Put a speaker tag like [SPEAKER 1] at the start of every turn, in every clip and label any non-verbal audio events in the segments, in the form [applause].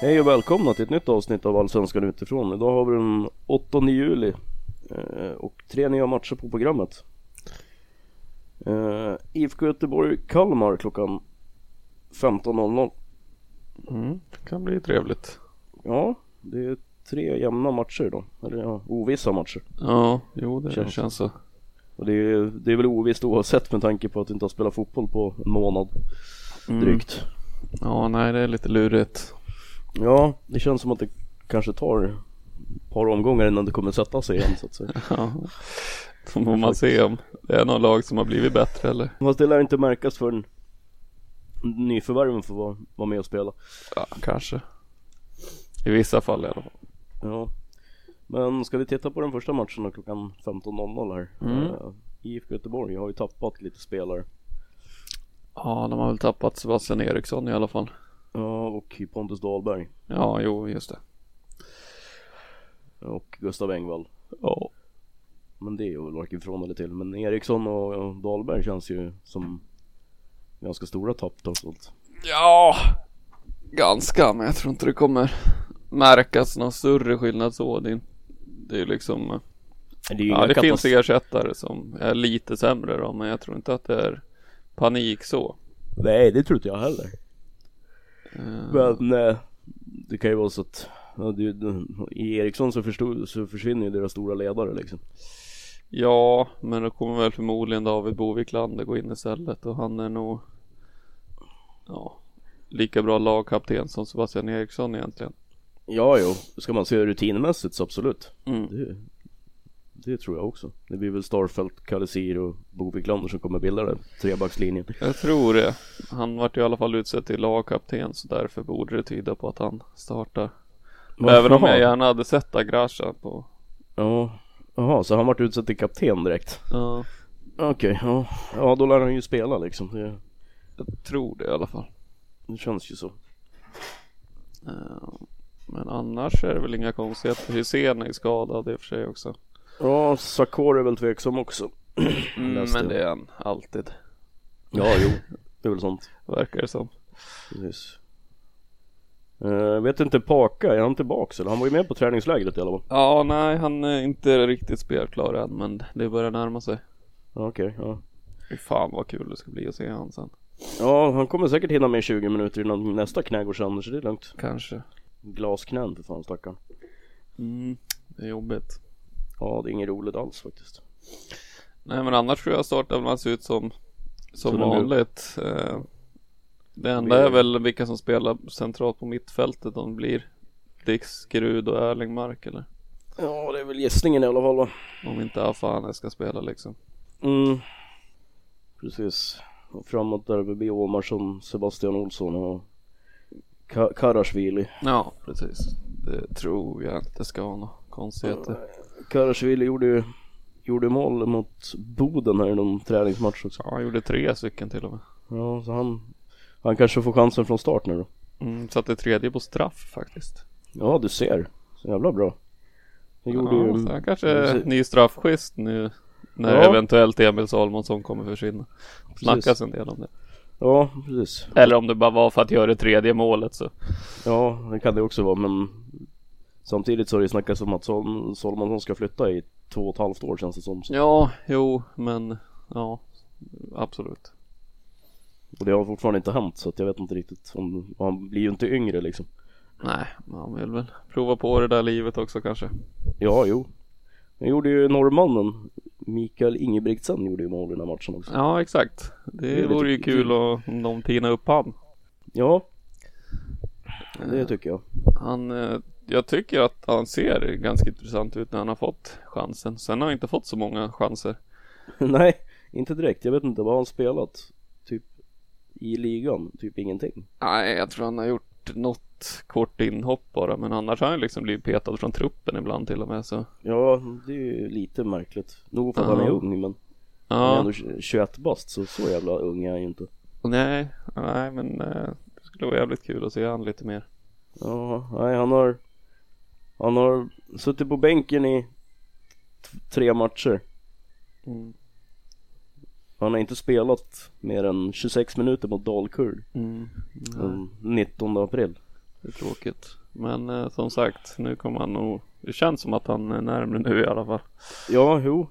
[SPEAKER 1] Hej och välkomna till ett nytt avsnitt av Allsvenskan utifrån. Idag har vi den 8 juli eh, och tre nya matcher på programmet. Eh, IFK Göteborg-Kalmar klockan 15.00.
[SPEAKER 2] Mm, det kan bli trevligt.
[SPEAKER 1] Ja, det är tre jämna matcher då. Eller ja, ovissa matcher.
[SPEAKER 2] Ja, jo det
[SPEAKER 1] Känns-
[SPEAKER 2] känns, så.
[SPEAKER 1] Och det är, det är väl ovisst oavsett med tanke på att du inte har spelat fotboll på en månad drygt.
[SPEAKER 2] Ja, nej det är lite lurigt.
[SPEAKER 1] Ja, det känns som att det kanske tar ett par omgångar innan det kommer sätta sig igen så att säga.
[SPEAKER 2] Ja. [laughs] Då får man se om det är något lag som har blivit bättre eller?
[SPEAKER 1] Fast det lär inte märkas förrän nyförvärven får vara, vara med och spela.
[SPEAKER 2] Ja, kanske. I vissa fall i alla fall.
[SPEAKER 1] Ja. Men ska vi titta på den första matchen då klockan 15.00 här.
[SPEAKER 2] Mm.
[SPEAKER 1] Eh, IFK Göteborg har ju tappat lite spelare.
[SPEAKER 2] Ja, de har väl tappat Sebastian Eriksson i alla fall.
[SPEAKER 1] Ja, och Pontus Dahlberg
[SPEAKER 2] Ja, jo just det.
[SPEAKER 1] och Gustav Engvall.
[SPEAKER 2] Ja.
[SPEAKER 1] Men det är ju varken från eller till. Men Eriksson och och Dahlberg känns ju som ganska stora tapp trots allt.
[SPEAKER 2] Ja, ganska, men jag tror inte det kommer märkas någon större skillnad så. Det är, det är liksom eh,
[SPEAKER 1] Men Det, är ju
[SPEAKER 2] Ja,
[SPEAKER 1] inga
[SPEAKER 2] det finns
[SPEAKER 1] katas-
[SPEAKER 2] ersättare som är lite sämre då, men jag tror inte att det är panik så.
[SPEAKER 1] Nej, det tror inte jag heller. Men eh, det kan ju vara så att ja, det, det, i Eriksson så, förstod, så försvinner ju deras stora ledare liksom.
[SPEAKER 2] Ja, men då kommer väl förmodligen David Boviklander gå in istället och han är nog ja, lika bra lagkapten som Sebastian Eriksson egentligen.
[SPEAKER 1] Ja, jo, Mm. ska man se rutinmässigt så absolut. Det, det tror jag också. Det blir väl Starfelt, Kalasir och Boviklander som kommer bilda den trebackslinjen.
[SPEAKER 2] Jag tror det. Han vart i alla fall utsedd till lagkapten så därför borde det tyda på att han startar. Även om jag gärna hade sett Agrasha på...
[SPEAKER 1] Ja, jaha, så han vart utsedd till kapten direkt.
[SPEAKER 2] Ja,
[SPEAKER 1] Okej, ja. ja, då lär han ju spela liksom. Det,
[SPEAKER 2] jag tror det i alla fall.
[SPEAKER 1] det känns ju så.
[SPEAKER 2] Men annars är det väl inga konstigheter. Hysén är skadad i och för sig också.
[SPEAKER 1] Ja, Sakor är väl tveksam också.
[SPEAKER 2] Mm,
[SPEAKER 1] Läste jag.
[SPEAKER 2] men det är han alltid.
[SPEAKER 1] Ja, jo, det är väl sånt.
[SPEAKER 2] [laughs] Verkar det som.
[SPEAKER 1] Precis. Eh, vet inte Paka, är han tillbaks eller? Han var ju med på träningslägret i alla fall.
[SPEAKER 2] Ja, nej, han är inte riktigt spelklar än, men det börjar närma sig.
[SPEAKER 1] Ja, Okej, ja.
[SPEAKER 2] Fy fan vad kul det ska bli att se han sen.
[SPEAKER 1] Ja, han kommer säkert hinna med 20 minuter innan nästa knä går sönder så det är lugnt.
[SPEAKER 2] Kanske.
[SPEAKER 1] Glasknän för fan stackarn.
[SPEAKER 2] Mm, det är jobbigt.
[SPEAKER 1] Ja, det är inget roligt alls faktiskt.
[SPEAKER 2] Nej, men annars tror jag startelvan ser ut som, som
[SPEAKER 1] Som de
[SPEAKER 2] vanligt. Eh, Det enda är väl vilka som spelar centralt på mittfältet. De blir Dix, Grud och Erling Mark eller?
[SPEAKER 1] Ja, det är väl gissningen i alla fall va?
[SPEAKER 2] Om inte Afane ska spela liksom.
[SPEAKER 1] Mm. Precis. Och framåt där det blir Omarsson, Sebastian Olsson och Ka- Karasvili.
[SPEAKER 2] Ja, precis. Det tror jag inte ska vara några konstigheter.
[SPEAKER 1] Karasvili gjorde ju gjorde mål mot Boden här i någon träningsmatch också.
[SPEAKER 2] Ja, han gjorde tre stycken till och med.
[SPEAKER 1] Ja, så han, han kanske får chansen från start nu då.
[SPEAKER 2] Mm, satte tredje på straff faktiskt.
[SPEAKER 1] Ja, du ser. Så jävla bra. Det gjorde
[SPEAKER 2] Ja,
[SPEAKER 1] ju...
[SPEAKER 2] så han kanske
[SPEAKER 1] Precis.
[SPEAKER 2] är ny straffschysst nu när
[SPEAKER 1] Ja.
[SPEAKER 2] eventuellt Emil Salomonsson kommer försvinna. Snackas en del om det.
[SPEAKER 1] Ja, precis.
[SPEAKER 2] Eller om det bara var för att göra det tredje målet så.
[SPEAKER 1] Ja, det kan det också vara men Samtidigt så har det snackats om att Sol- Salomonsson ska flytta i två och ett halvt år känns det som. Så.
[SPEAKER 2] Ja, jo, men Ja, absolut.
[SPEAKER 1] Och det har fortfarande inte hänt så att jag vet inte riktigt om, och han blir ju inte yngre liksom.
[SPEAKER 2] Nej, men han vill väl prova på det där livet också kanske.
[SPEAKER 1] Ja, jo. Jag gjorde ju norrmannen Mikael Ingebrigtsen gjorde ju mål i den här matchen också.
[SPEAKER 2] Ja, exakt.
[SPEAKER 1] är
[SPEAKER 2] Det
[SPEAKER 1] lite
[SPEAKER 2] vore ju kul att- om de tinar upp han.
[SPEAKER 1] Ja. Det tycker jag.
[SPEAKER 2] Han, eh, jag tycker att han ser ganska intressant ut när han har fått chansen. Sen har han inte fått så många chanser.
[SPEAKER 1] [laughs] Nej, inte direkt. Jag vet inte vad han spelat. Typ i ligan, typ ingenting.
[SPEAKER 2] Nej, jag tror han har gjort något kort inhopp bara. Men annars har han liksom blivit petad från truppen ibland till och med. Så.
[SPEAKER 1] Ja, det är ju lite märkligt. Nog för att han är
[SPEAKER 2] Ja.
[SPEAKER 1] ung men han är
[SPEAKER 2] Ja,
[SPEAKER 1] ändå 21 bast så så jävla ung är han ju inte.
[SPEAKER 2] nej, nej men eh, det skulle vara jävligt kul att se han lite mer.
[SPEAKER 1] Ja, nej han har Han har suttit på bänken i t- tre matcher
[SPEAKER 2] Mm.
[SPEAKER 1] Han har inte spelat mer än 26 minuter mot Dalkurd
[SPEAKER 2] Mm.
[SPEAKER 1] den 19 april
[SPEAKER 2] Det är tråkigt. Men eh, som sagt, nu kommer han nog... Det känns som att han är närmare nu i alla fall.
[SPEAKER 1] Ja, jo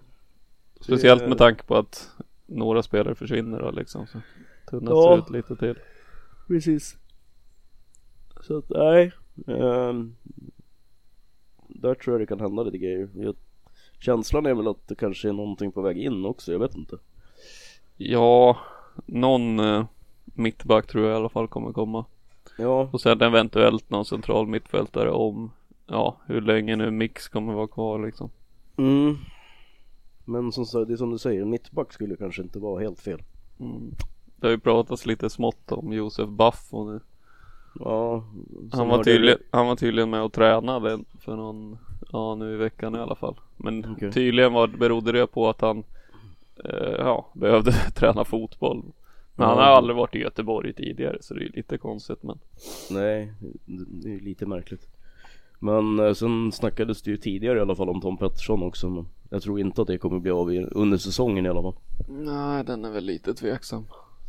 [SPEAKER 2] Speciellt med tanke på att några spelare försvinner då liksom. Så tunnas
[SPEAKER 1] Ja.
[SPEAKER 2] det ut lite till.
[SPEAKER 1] Precis Så att, nej ehm, Där tror jag det kan hända lite grejer jag, Känslan är väl att det kanske är någonting på väg in också, jag vet inte
[SPEAKER 2] Ja, någon eh, mittback tror jag i alla fall kommer komma.
[SPEAKER 1] Ja,
[SPEAKER 2] Och sen eventuellt någon central mittfältare om, ja, hur länge nu Mix kommer vara kvar liksom.
[SPEAKER 1] mm. Men som sagt, det är som du säger, mittback skulle kanske inte vara helt fel
[SPEAKER 2] Det har ju pratats lite smått om Josef Baffo nu.
[SPEAKER 1] Ja,
[SPEAKER 2] Han
[SPEAKER 1] sen
[SPEAKER 2] var,
[SPEAKER 1] hörde
[SPEAKER 2] tydlig, han var tydligen med och tränade för någon, ja nu i veckan i alla fall. Men
[SPEAKER 1] Okej.
[SPEAKER 2] tydligen var, berodde det på att han eh, ja, behövde [laughs] träna fotboll. Men han har
[SPEAKER 1] Ja.
[SPEAKER 2] aldrig varit i Göteborg tidigare så det är ju lite konstigt men
[SPEAKER 1] jag- Nej, det det är ju lite märkligt Men eh, sen snackades det ju tidigare i alla fall om Tom Pettersson också men Jag tror inte att det kommer bli av i- under säsongen i alla fall
[SPEAKER 2] Nej den är väl lite tveksam.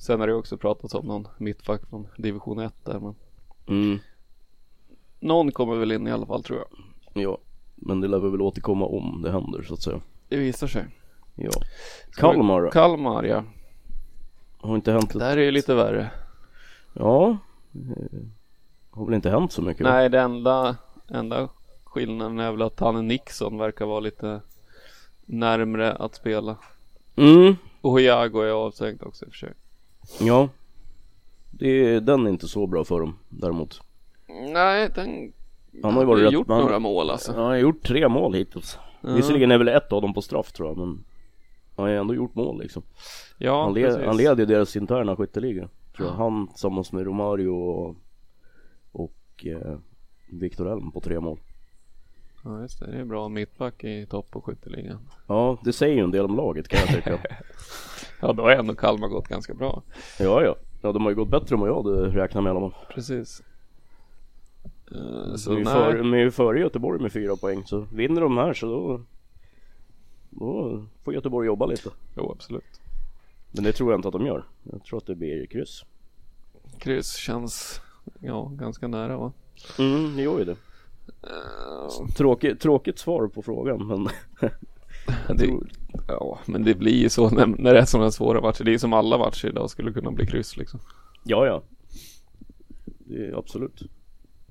[SPEAKER 2] Sen har det ju också pratats om någon mittback från division 1 där men
[SPEAKER 1] mm.
[SPEAKER 2] Någon kommer väl in i alla fall tror jag.
[SPEAKER 1] Ja, men det lär vi väl återkomma om det händer så att säga
[SPEAKER 2] Det visar sig.
[SPEAKER 1] Ja Kalmar då?
[SPEAKER 2] Kalmar ja.
[SPEAKER 1] har inte hänt
[SPEAKER 2] Där är ju lite värre.
[SPEAKER 1] Ja eh, Har väl inte hänt så mycket va?
[SPEAKER 2] Nej, det enda, enda skillnaden är väl att han Nixon verkar vara lite närmre att spela.
[SPEAKER 1] mm.
[SPEAKER 2] Och Jago är avstängd också i och för sig.
[SPEAKER 1] Ja det, Den är inte så bra för dem däremot
[SPEAKER 2] Nej, den
[SPEAKER 1] Han har ju varit rätt
[SPEAKER 2] gjort
[SPEAKER 1] man-
[SPEAKER 2] några mål alltså.
[SPEAKER 1] Ja, han har gjort tre mål hittills Visserligen är väl ett av dem på straff tror jag men Han har ju ändå gjort mål liksom
[SPEAKER 2] Ja,
[SPEAKER 1] Han, led,
[SPEAKER 2] precis.
[SPEAKER 1] han leder ju deras interna skytteliga tror jag. Han tillsammans med Romario och, och eh, Viktor Elm på tre mål
[SPEAKER 2] Ja, just det. Det är bra mittback i topp och skytteligan.
[SPEAKER 1] Ja det säger ju en del om laget kan jag [laughs] tycka
[SPEAKER 2] Ja, då har ändå Kalmar gått ganska bra.
[SPEAKER 1] Ja ja Ja de har ju gått bättre än vad jag hade räknat med i alla fall
[SPEAKER 2] Precis. Eh, så
[SPEAKER 1] De är ju
[SPEAKER 2] nej.
[SPEAKER 1] före- de är ju före Göteborg med fyra poäng så vinner de här så då Då får Göteborg jobba lite
[SPEAKER 2] Jo, absolut.
[SPEAKER 1] Men det tror jag inte att de gör Jag tror att det blir kryss
[SPEAKER 2] Kryss känns, ja, ganska nära va?
[SPEAKER 1] Mm, det gör ju det Eh. Tråkigt, tråkigt svar på frågan men [laughs]
[SPEAKER 2] Det, ja, men det blir ju så när, när det är sådana svåra matcher. Det är ju som alla matcher idag skulle kunna bli kryss liksom.
[SPEAKER 1] Ja, ja. Det är absolut.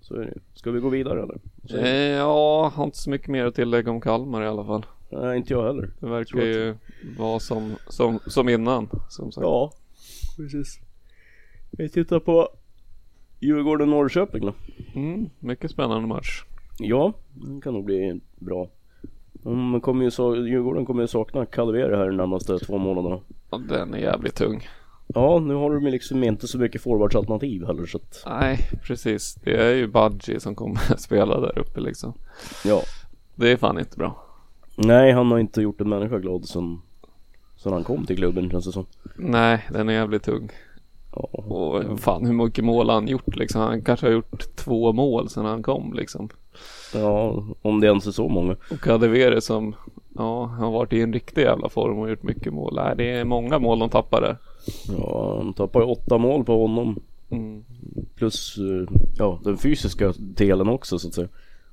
[SPEAKER 1] Så är det ju. Ska vi gå vidare eller? Så,
[SPEAKER 2] Eh, ja, har inte så mycket mer att tillägga om Kalmar i alla fall.
[SPEAKER 1] Nej, inte jag heller.
[SPEAKER 2] Det verkar ju vara som, som, som innan. Som sagt.
[SPEAKER 1] Ja, precis. Vi tittar på Djurgården-Norrköping då.
[SPEAKER 2] Mm, mycket spännande match.
[SPEAKER 1] Ja, den kan nog bli bra. De kommer ju sa- Djurgården kommer ju sakna Calvera här de närmaste två månaderna.
[SPEAKER 2] Ja, den är jävligt tung.
[SPEAKER 1] Ja, nu har de ju liksom inte så mycket forwardsalternativ heller så att,
[SPEAKER 2] Nej, precis. Det är ju Budgie som kommer [laughs] att spela där uppe liksom.
[SPEAKER 1] ja.
[SPEAKER 2] Det är fan inte bra.
[SPEAKER 1] Nej, han har inte gjort en människa glad sen, sen han kom till klubben känns det som.
[SPEAKER 2] Nej, den är jävligt tung.
[SPEAKER 1] Ja,
[SPEAKER 2] Och fan hur mycket mål har han gjort liksom. Han kanske har gjort två mål sedan han kom liksom.
[SPEAKER 1] ja om det ens är så många.
[SPEAKER 2] Och Kadewere som ja, har varit i en riktig jävla form och gjort mycket mål. Nej, det är många mål de tappar där.
[SPEAKER 1] Ja, de tappar ju åtta mål på honom.
[SPEAKER 2] Mm.
[SPEAKER 1] Plus eh, ja, den fysiska delen också så att säga.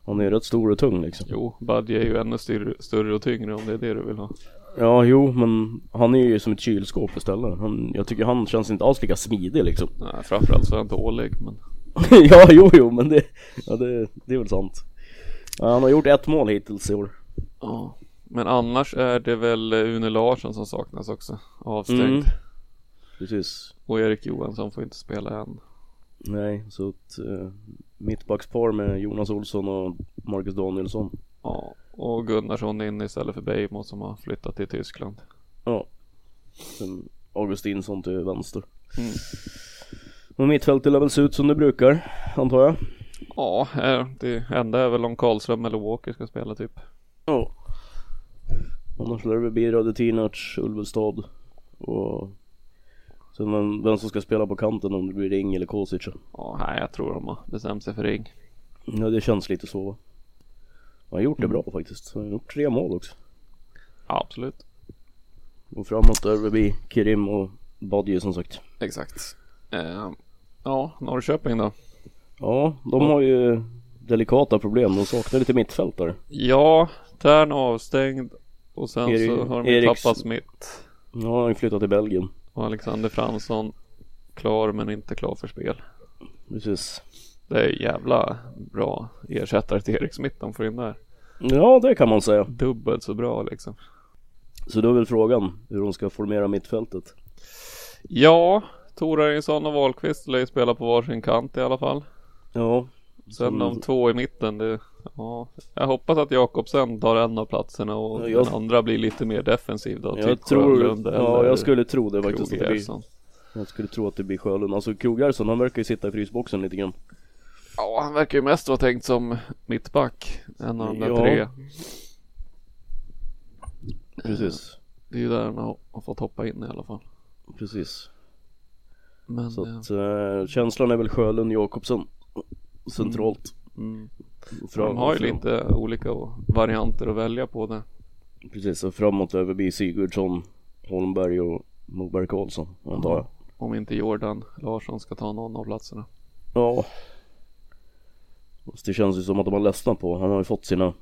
[SPEAKER 1] Han är ju rätt stor och tung liksom.
[SPEAKER 2] Jo, Budgie är ju ännu styrre, större och tyngre om det är det du vill ha.
[SPEAKER 1] Ja, jo, men han är ju som ett kylskåp istället. Han, jag tycker han känns inte alls lika smidig liksom. [laughs]
[SPEAKER 2] Nej, framförallt så är han dålig men
[SPEAKER 1] ja, jo, jo, men det, ja, det, det är väl sant. Ja, han har gjort ett mål hittills i år.
[SPEAKER 2] ja. Men annars är det väl eh, Une Larsson som saknas också Avstängd
[SPEAKER 1] Mm. Precis.
[SPEAKER 2] Och Erik Johansson får inte spela än
[SPEAKER 1] Nej, så ett eh, mittbackspar med Jonas Olsson och Marcus Danielsson.
[SPEAKER 2] Ja Och Gunnarsson in istället för Beijmo som har flyttat till Tyskland
[SPEAKER 1] Ja. Sen Augustinsson till vänster. Och mittfältet lär väl se ut som det brukar, antar jag.
[SPEAKER 2] Ja eh, Det enda är väl om Karlström eller Walker ska spela typ
[SPEAKER 1] Ja. Annars lär det väl bli Radetinac, Ulvestad och sen vem, vem som ska spela på kanten om det blir Ring eller Kosic.
[SPEAKER 2] Ja nej jag tror de har bestämt sig för Ring
[SPEAKER 1] Ja det känns lite så va. Han har gjort det bra faktiskt. Han har gjort tre mål också.
[SPEAKER 2] Ja absolut
[SPEAKER 1] Och framåt där det blir Kerim och Badji som sagt.
[SPEAKER 2] Exakt eh, Ja Norrköping då
[SPEAKER 1] Ja, de har ju delikata problem. De saknar lite mittfältare.
[SPEAKER 2] Ja, Tern avstängd och sen
[SPEAKER 1] Erik-
[SPEAKER 2] så har de
[SPEAKER 1] Eriks-
[SPEAKER 2] tappat Smith
[SPEAKER 1] Nu har han ju flyttat till Belgien.
[SPEAKER 2] och Alexander Fransson klar men inte klar för spel.
[SPEAKER 1] Precis.
[SPEAKER 2] Det är ju jävla bra ersättare till Erik Smith de får in där.
[SPEAKER 1] Ja, det kan man säga.
[SPEAKER 2] Dubbelt så bra liksom.
[SPEAKER 1] Så då är väl frågan hur de ska formera mittfältet.
[SPEAKER 2] Ja, Torarinsson och Wahlqvist lär ju spela på varsin kant i alla fall.
[SPEAKER 1] Ja,
[SPEAKER 2] Sen
[SPEAKER 1] Mm.
[SPEAKER 2] de två i mitten, det, ja. Jag hoppas att Jakobsen tar en av platserna och
[SPEAKER 1] Ja, jag-
[SPEAKER 2] den andra blir lite mer defensiv då.
[SPEAKER 1] jag tror...
[SPEAKER 2] Sjölund
[SPEAKER 1] Ja,
[SPEAKER 2] Typ eller
[SPEAKER 1] jag skulle tro det faktiskt. Att det blir,
[SPEAKER 2] Krogerson.
[SPEAKER 1] jag skulle tro att det blir Sjölund. Alltså Krogarsson, han verkar ju sitta i frysboxen lite grann.
[SPEAKER 2] Ja, han verkar ju mest vara tänkt som mittback. En av de där
[SPEAKER 1] Ja.
[SPEAKER 2] tre.
[SPEAKER 1] Precis.
[SPEAKER 2] Det är ju där han har, har fått hoppa in i alla fall.
[SPEAKER 1] Precis.
[SPEAKER 2] Men
[SPEAKER 1] Så
[SPEAKER 2] eh,
[SPEAKER 1] att, eh, känslan är väl Sjölund Jakobsson centralt. Fram-
[SPEAKER 2] de Mm. har ju
[SPEAKER 1] fram-
[SPEAKER 2] lite olika o- varianter att välja på där.
[SPEAKER 1] Precis, och framåt över blir Sigurdsson, Holmberg och Moberg Karlsson antar jag.
[SPEAKER 2] Om inte Jordan Larsson ska ta någon av platserna.
[SPEAKER 1] Ja. Fast det känns ju som att de har ledsnat på. Han har ju fått sina,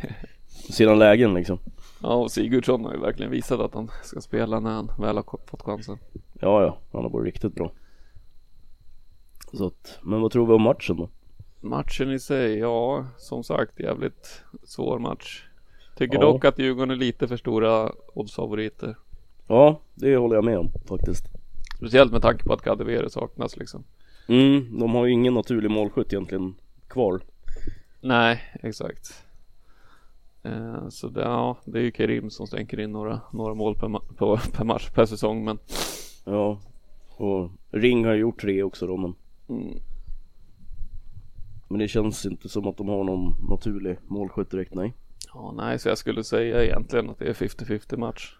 [SPEAKER 1] [laughs] sina lägen liksom.
[SPEAKER 2] Ja, och Sigurdsson har ju verkligen visat att han ska spela när han väl har ko- fått chansen.
[SPEAKER 1] Ja, ja, han har varit riktigt bra. Så att, men vad tror vi om matchen då?
[SPEAKER 2] Matchen i sig, ja, som sagt, jävligt svår match. Tycker
[SPEAKER 1] Ja.
[SPEAKER 2] dock att Djurgården är lite för stora oddsfavoriter.
[SPEAKER 1] Ja, det håller jag med om faktiskt.
[SPEAKER 2] Speciellt med tanke på att Kadewere saknas liksom.
[SPEAKER 1] Mm, de har ju ingen naturlig målskytt egentligen kvar.
[SPEAKER 2] Nej, exakt. Eh, så det, ja, det är ju Kerim som stänker in några, några mål per, ma- på, [laughs] per match per säsong. Men
[SPEAKER 1] Ja, och Ring har ju gjort tre också då men Mm. Men det känns inte som att de har någon naturlig målskytt direkt nej
[SPEAKER 2] ja, nej, så jag skulle säga egentligen att det är 50-50 match.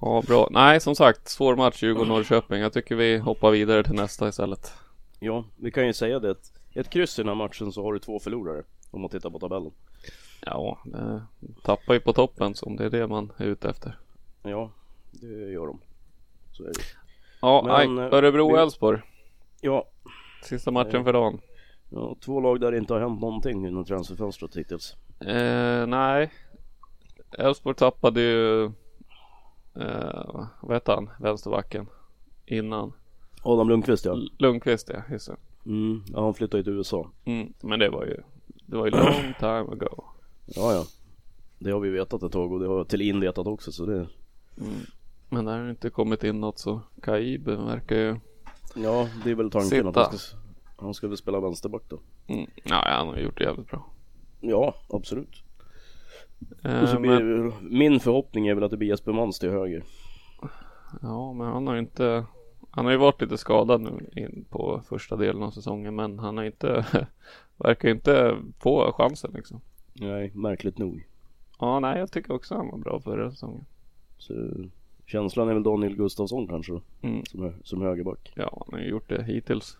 [SPEAKER 2] Ja, bra. Nej, som sagt, svår match Djurgården-Norrköping. Jag tycker vi hoppar vidare till nästa istället.
[SPEAKER 1] Ja, vi kan ju säga det att ett kryss i den här matchen så har du två förlorare om man tittar på tabellen
[SPEAKER 2] Ja, eh, tappar ju på toppen så om det är det man är ute efter.
[SPEAKER 1] Ja, det gör de så är det.
[SPEAKER 2] Ja,
[SPEAKER 1] Men,
[SPEAKER 2] nej,
[SPEAKER 1] eh, vi-
[SPEAKER 2] Örebro-Elfsborg.
[SPEAKER 1] Ja,
[SPEAKER 2] Sista matchen för dagen.
[SPEAKER 1] ja, två lag där det inte har hänt någonting inom transferfönstret hittills
[SPEAKER 2] Eh, nej. Elfsborg tappade ju... Eh, vad heter han? Vänsterbacken. Innan.
[SPEAKER 1] Adam Lundqvist
[SPEAKER 2] Mm.
[SPEAKER 1] ja,
[SPEAKER 2] Lundqvist ja, just det.
[SPEAKER 1] mm, ja han flyttade ju till USA
[SPEAKER 2] Mm, men det var ju... Det var ju long time ago.
[SPEAKER 1] Ja ja Det har vi vetat ett tag och det har Thelin vetat också så det
[SPEAKER 2] Men där har det inte kommit in något så Kaib verkar ju...
[SPEAKER 1] Ja, det är väl tanken att
[SPEAKER 2] Sitta.
[SPEAKER 1] han ska, han ska väl spela vänsterback då
[SPEAKER 2] Mm, nej, han har gjort det jävligt bra.
[SPEAKER 1] Ja, absolut Och
[SPEAKER 2] Eh,
[SPEAKER 1] så blir
[SPEAKER 2] men,
[SPEAKER 1] det, väl- min förhoppning är väl att det blir Jesper Mans till höger.
[SPEAKER 2] ja, men han har ju inte... Han har ju varit lite skadad nu in på första delen av säsongen men han har inte... [laughs] verkar ju inte få chansen liksom.
[SPEAKER 1] Nej, märkligt nog.
[SPEAKER 2] Ja, nej, jag tycker också han var bra förra säsongen.
[SPEAKER 1] Så, känslan är väl Daniel Gustafsson kanske då,
[SPEAKER 2] Mm.
[SPEAKER 1] som, hö- som högerback.
[SPEAKER 2] Ja, han har ju gjort det hittills.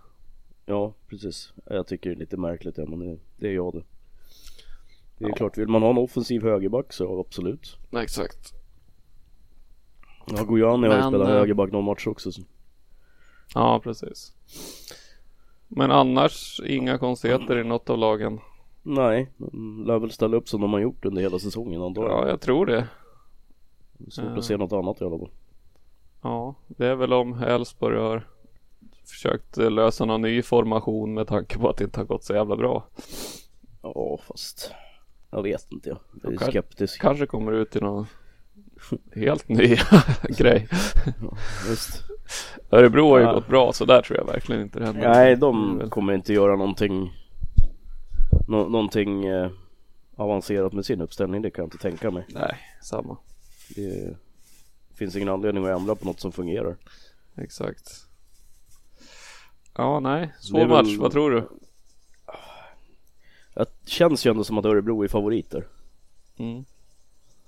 [SPEAKER 1] Ja, precis. Jag tycker det är lite märkligt ja, men det, det är jag det. Det är klart, vill man ha en offensiv högerback så absolut.
[SPEAKER 2] Exakt.
[SPEAKER 1] Ja, Gojani har ju
[SPEAKER 2] Men,
[SPEAKER 1] spelat
[SPEAKER 2] eh,
[SPEAKER 1] högerback någon match också. Så.
[SPEAKER 2] Ja, precis. Men annars inga konstigheter i något av lagen.
[SPEAKER 1] Nej, de lär väl ställa upp som de har gjort under hela säsongen antar jag.
[SPEAKER 2] Ja, jag tror det.
[SPEAKER 1] Svårt
[SPEAKER 2] eh.
[SPEAKER 1] att se något annat i alla fall.
[SPEAKER 2] Ja, det är väl om Elfsborg har försökt eh, lösa någon ny formation med tanke på att det inte har gått så jävla bra.
[SPEAKER 1] Ja fast jag vet inte jag. Jag är
[SPEAKER 2] Okej.
[SPEAKER 1] skeptisk.
[SPEAKER 2] Kanske kommer ut till någon helt ny [laughs] grej.
[SPEAKER 1] Just.
[SPEAKER 2] Örebro har ju
[SPEAKER 1] Ja.
[SPEAKER 2] gått bra så där tror jag verkligen inte det händer.
[SPEAKER 1] Nej
[SPEAKER 2] Det är
[SPEAKER 1] de
[SPEAKER 2] väl-
[SPEAKER 1] kommer inte göra någonting nå- Någonting eh, avancerat med sin uppställning det kan jag inte tänka mig.
[SPEAKER 2] Nej, samma.
[SPEAKER 1] Det finns ingen anledning att ändra på något som fungerar.
[SPEAKER 2] Exakt. Ja, nej.
[SPEAKER 1] Det är
[SPEAKER 2] Svår
[SPEAKER 1] väl-
[SPEAKER 2] match, vad tror du?
[SPEAKER 1] Det känns ju ändå som att Örebro är favoriter.
[SPEAKER 2] Mm.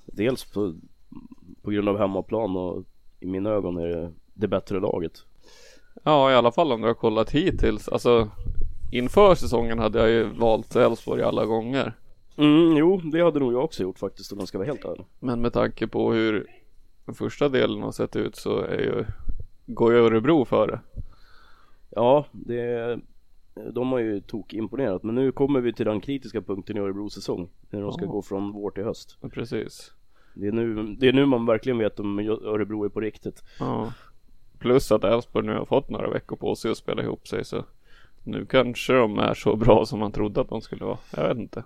[SPEAKER 1] Dels på, på grund av hemmaplan och i mina ögon är det det bättre laget.
[SPEAKER 2] Ja, i alla fall om du har kollat hittills. Alltså, inför säsongen hade jag ju valt Elfsborg alla gånger.
[SPEAKER 1] Mm, jo, det hade nog jag också gjort faktiskt om jag ska vara helt ärlig.
[SPEAKER 2] Men med tanke på hur den första delen har sett ut så är ju, går ju Örebro före.
[SPEAKER 1] Ja, det, de har ju tokimponerat men nu kommer vi till den kritiska punkten i Örebros säsong. När de ska
[SPEAKER 2] Ja.
[SPEAKER 1] gå från vår till höst.
[SPEAKER 2] Precis.
[SPEAKER 1] Det är, nu, det är nu man verkligen vet om Örebro är på riktigt.
[SPEAKER 2] Ja. Plus att Elfsborg nu har fått några veckor på sig att spela ihop sig så nu kanske de är så bra som man trodde att de skulle vara. Jag vet inte.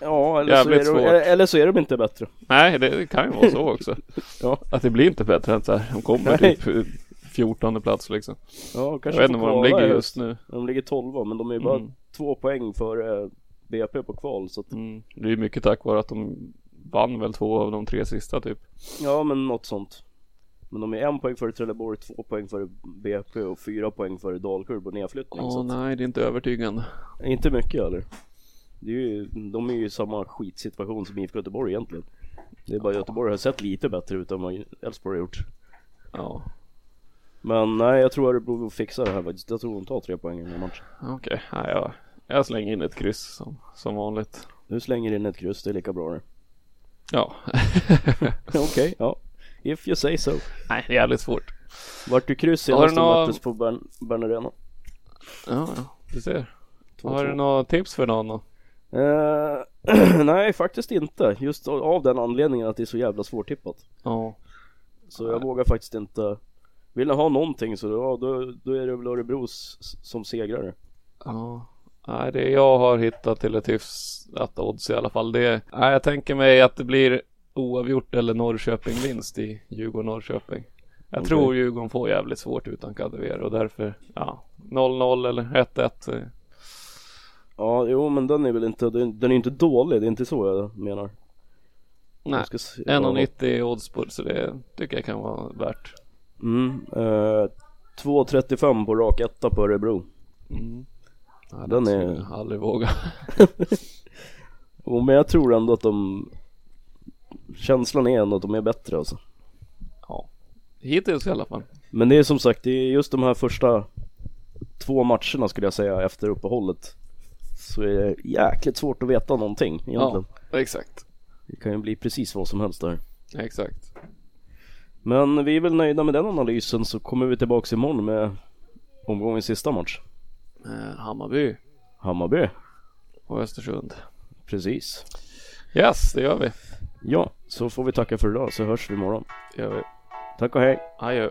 [SPEAKER 1] Ja, eller,
[SPEAKER 2] Jävligt
[SPEAKER 1] så är,
[SPEAKER 2] svårt.
[SPEAKER 1] de, eller så är de inte bättre.
[SPEAKER 2] Nej, det kan ju vara så också.
[SPEAKER 1] [laughs] Ja.
[SPEAKER 2] Att det blir inte bättre än så här. De kommer
[SPEAKER 1] Nej.
[SPEAKER 2] typ 14 plats liksom.
[SPEAKER 1] Ja, kanske
[SPEAKER 2] Jag vet inte
[SPEAKER 1] får
[SPEAKER 2] var de
[SPEAKER 1] kvala i
[SPEAKER 2] ligger
[SPEAKER 1] höst.
[SPEAKER 2] just nu.
[SPEAKER 1] De ligger 12 men de är ju bara
[SPEAKER 2] Mm.
[SPEAKER 1] två poäng före eh, BP på kval så att,
[SPEAKER 2] Mm. Det är ju mycket tack vare att de vann väl två av de tre sista typ.
[SPEAKER 1] ja men något sånt. Men de är en poäng före Trelleborg, två poäng före BP och fyra poäng före Dalkurd på nedflyttning
[SPEAKER 2] Åh
[SPEAKER 1] så att,
[SPEAKER 2] nej, det är inte övertygande.
[SPEAKER 1] inte mycket heller. Det är ju, de är ju i samma skitsituation som IFK Göteborg egentligen. Det är bara Göteborg har sett lite bättre ut än vad Elfsborg har gjort.
[SPEAKER 2] Ja,
[SPEAKER 1] Men nej jag tror Örebro fixar det här faktiskt. Jag tror de tar tre poäng i den här matchen.
[SPEAKER 2] okej. Nej, jag, jag slänger in ett kryss som, som vanligt.
[SPEAKER 1] Nu slänger in ett kryss, det är lika
[SPEAKER 2] [laughs]
[SPEAKER 1] bra det.
[SPEAKER 2] Ja.
[SPEAKER 1] Okej, ja. If you say so.
[SPEAKER 2] nej, det är jävligt svårt.
[SPEAKER 1] Vart du kryss
[SPEAKER 2] Har
[SPEAKER 1] senast
[SPEAKER 2] du
[SPEAKER 1] de
[SPEAKER 2] någon-
[SPEAKER 1] möttes på Bern, Bern Arena?
[SPEAKER 2] Ja, ja. Du ser.
[SPEAKER 1] 2-2.
[SPEAKER 2] Har du några tips för någon? då?
[SPEAKER 1] Eh, [clears throat] nej, faktiskt inte. Just av- av den anledningen att det är så jävla svårtippat.
[SPEAKER 2] Ja.
[SPEAKER 1] Så jag vågar faktiskt inte. Vill ni ha någonting så ja, då, då är det väl Örebros s- som segrare.
[SPEAKER 2] Ja. Nej, det jag har hittat till ett hyfsat odds i alla fall. Det, nej, jag tänker mig att det blir oavgjort eller Norrköping vinst i Djurgården-Norrköping. Jag
[SPEAKER 1] Okej.
[SPEAKER 2] tror Djurgården får jävligt svårt utan Kadewere och därför ja, 0-0 eller 1-1. eh,
[SPEAKER 1] Ja, jo men den är väl inte, den den är inte dålig, det är inte så jag menar.
[SPEAKER 2] Nej,
[SPEAKER 1] Jag ska se-
[SPEAKER 2] 1,90 i odds på det, så det tycker jag kan vara värt.
[SPEAKER 1] Mm, eh, 2.35 på rak etta på Örebro.
[SPEAKER 2] Ja,
[SPEAKER 1] Den är-
[SPEAKER 2] skulle jag aldrig våga. [laughs]
[SPEAKER 1] Och, men jag tror ändå att de, känslan är ändå att de är bättre alltså.
[SPEAKER 2] Ja. Hittills i alla fall.
[SPEAKER 1] Men det är som sagt, det är just de här första två matcherna skulle jag säga efter uppehållet Så är det jäkligt svårt att veta någonting egentligen
[SPEAKER 2] Ja, exakt.
[SPEAKER 1] Det kan ju bli precis vad som helst där
[SPEAKER 2] Exakt.
[SPEAKER 1] Men vi är väl nöjda med den analysen så kommer vi tillbaks imorgon med omgångens sista match
[SPEAKER 2] Eh, Hammarby
[SPEAKER 1] Hammarby,
[SPEAKER 2] och Östersund.
[SPEAKER 1] precis
[SPEAKER 2] Yes, det gör vi.
[SPEAKER 1] Ja, så får vi tacka för idag så hörs vi imorgon
[SPEAKER 2] Det gör vi.
[SPEAKER 1] Tack och hej!
[SPEAKER 2] Adjö.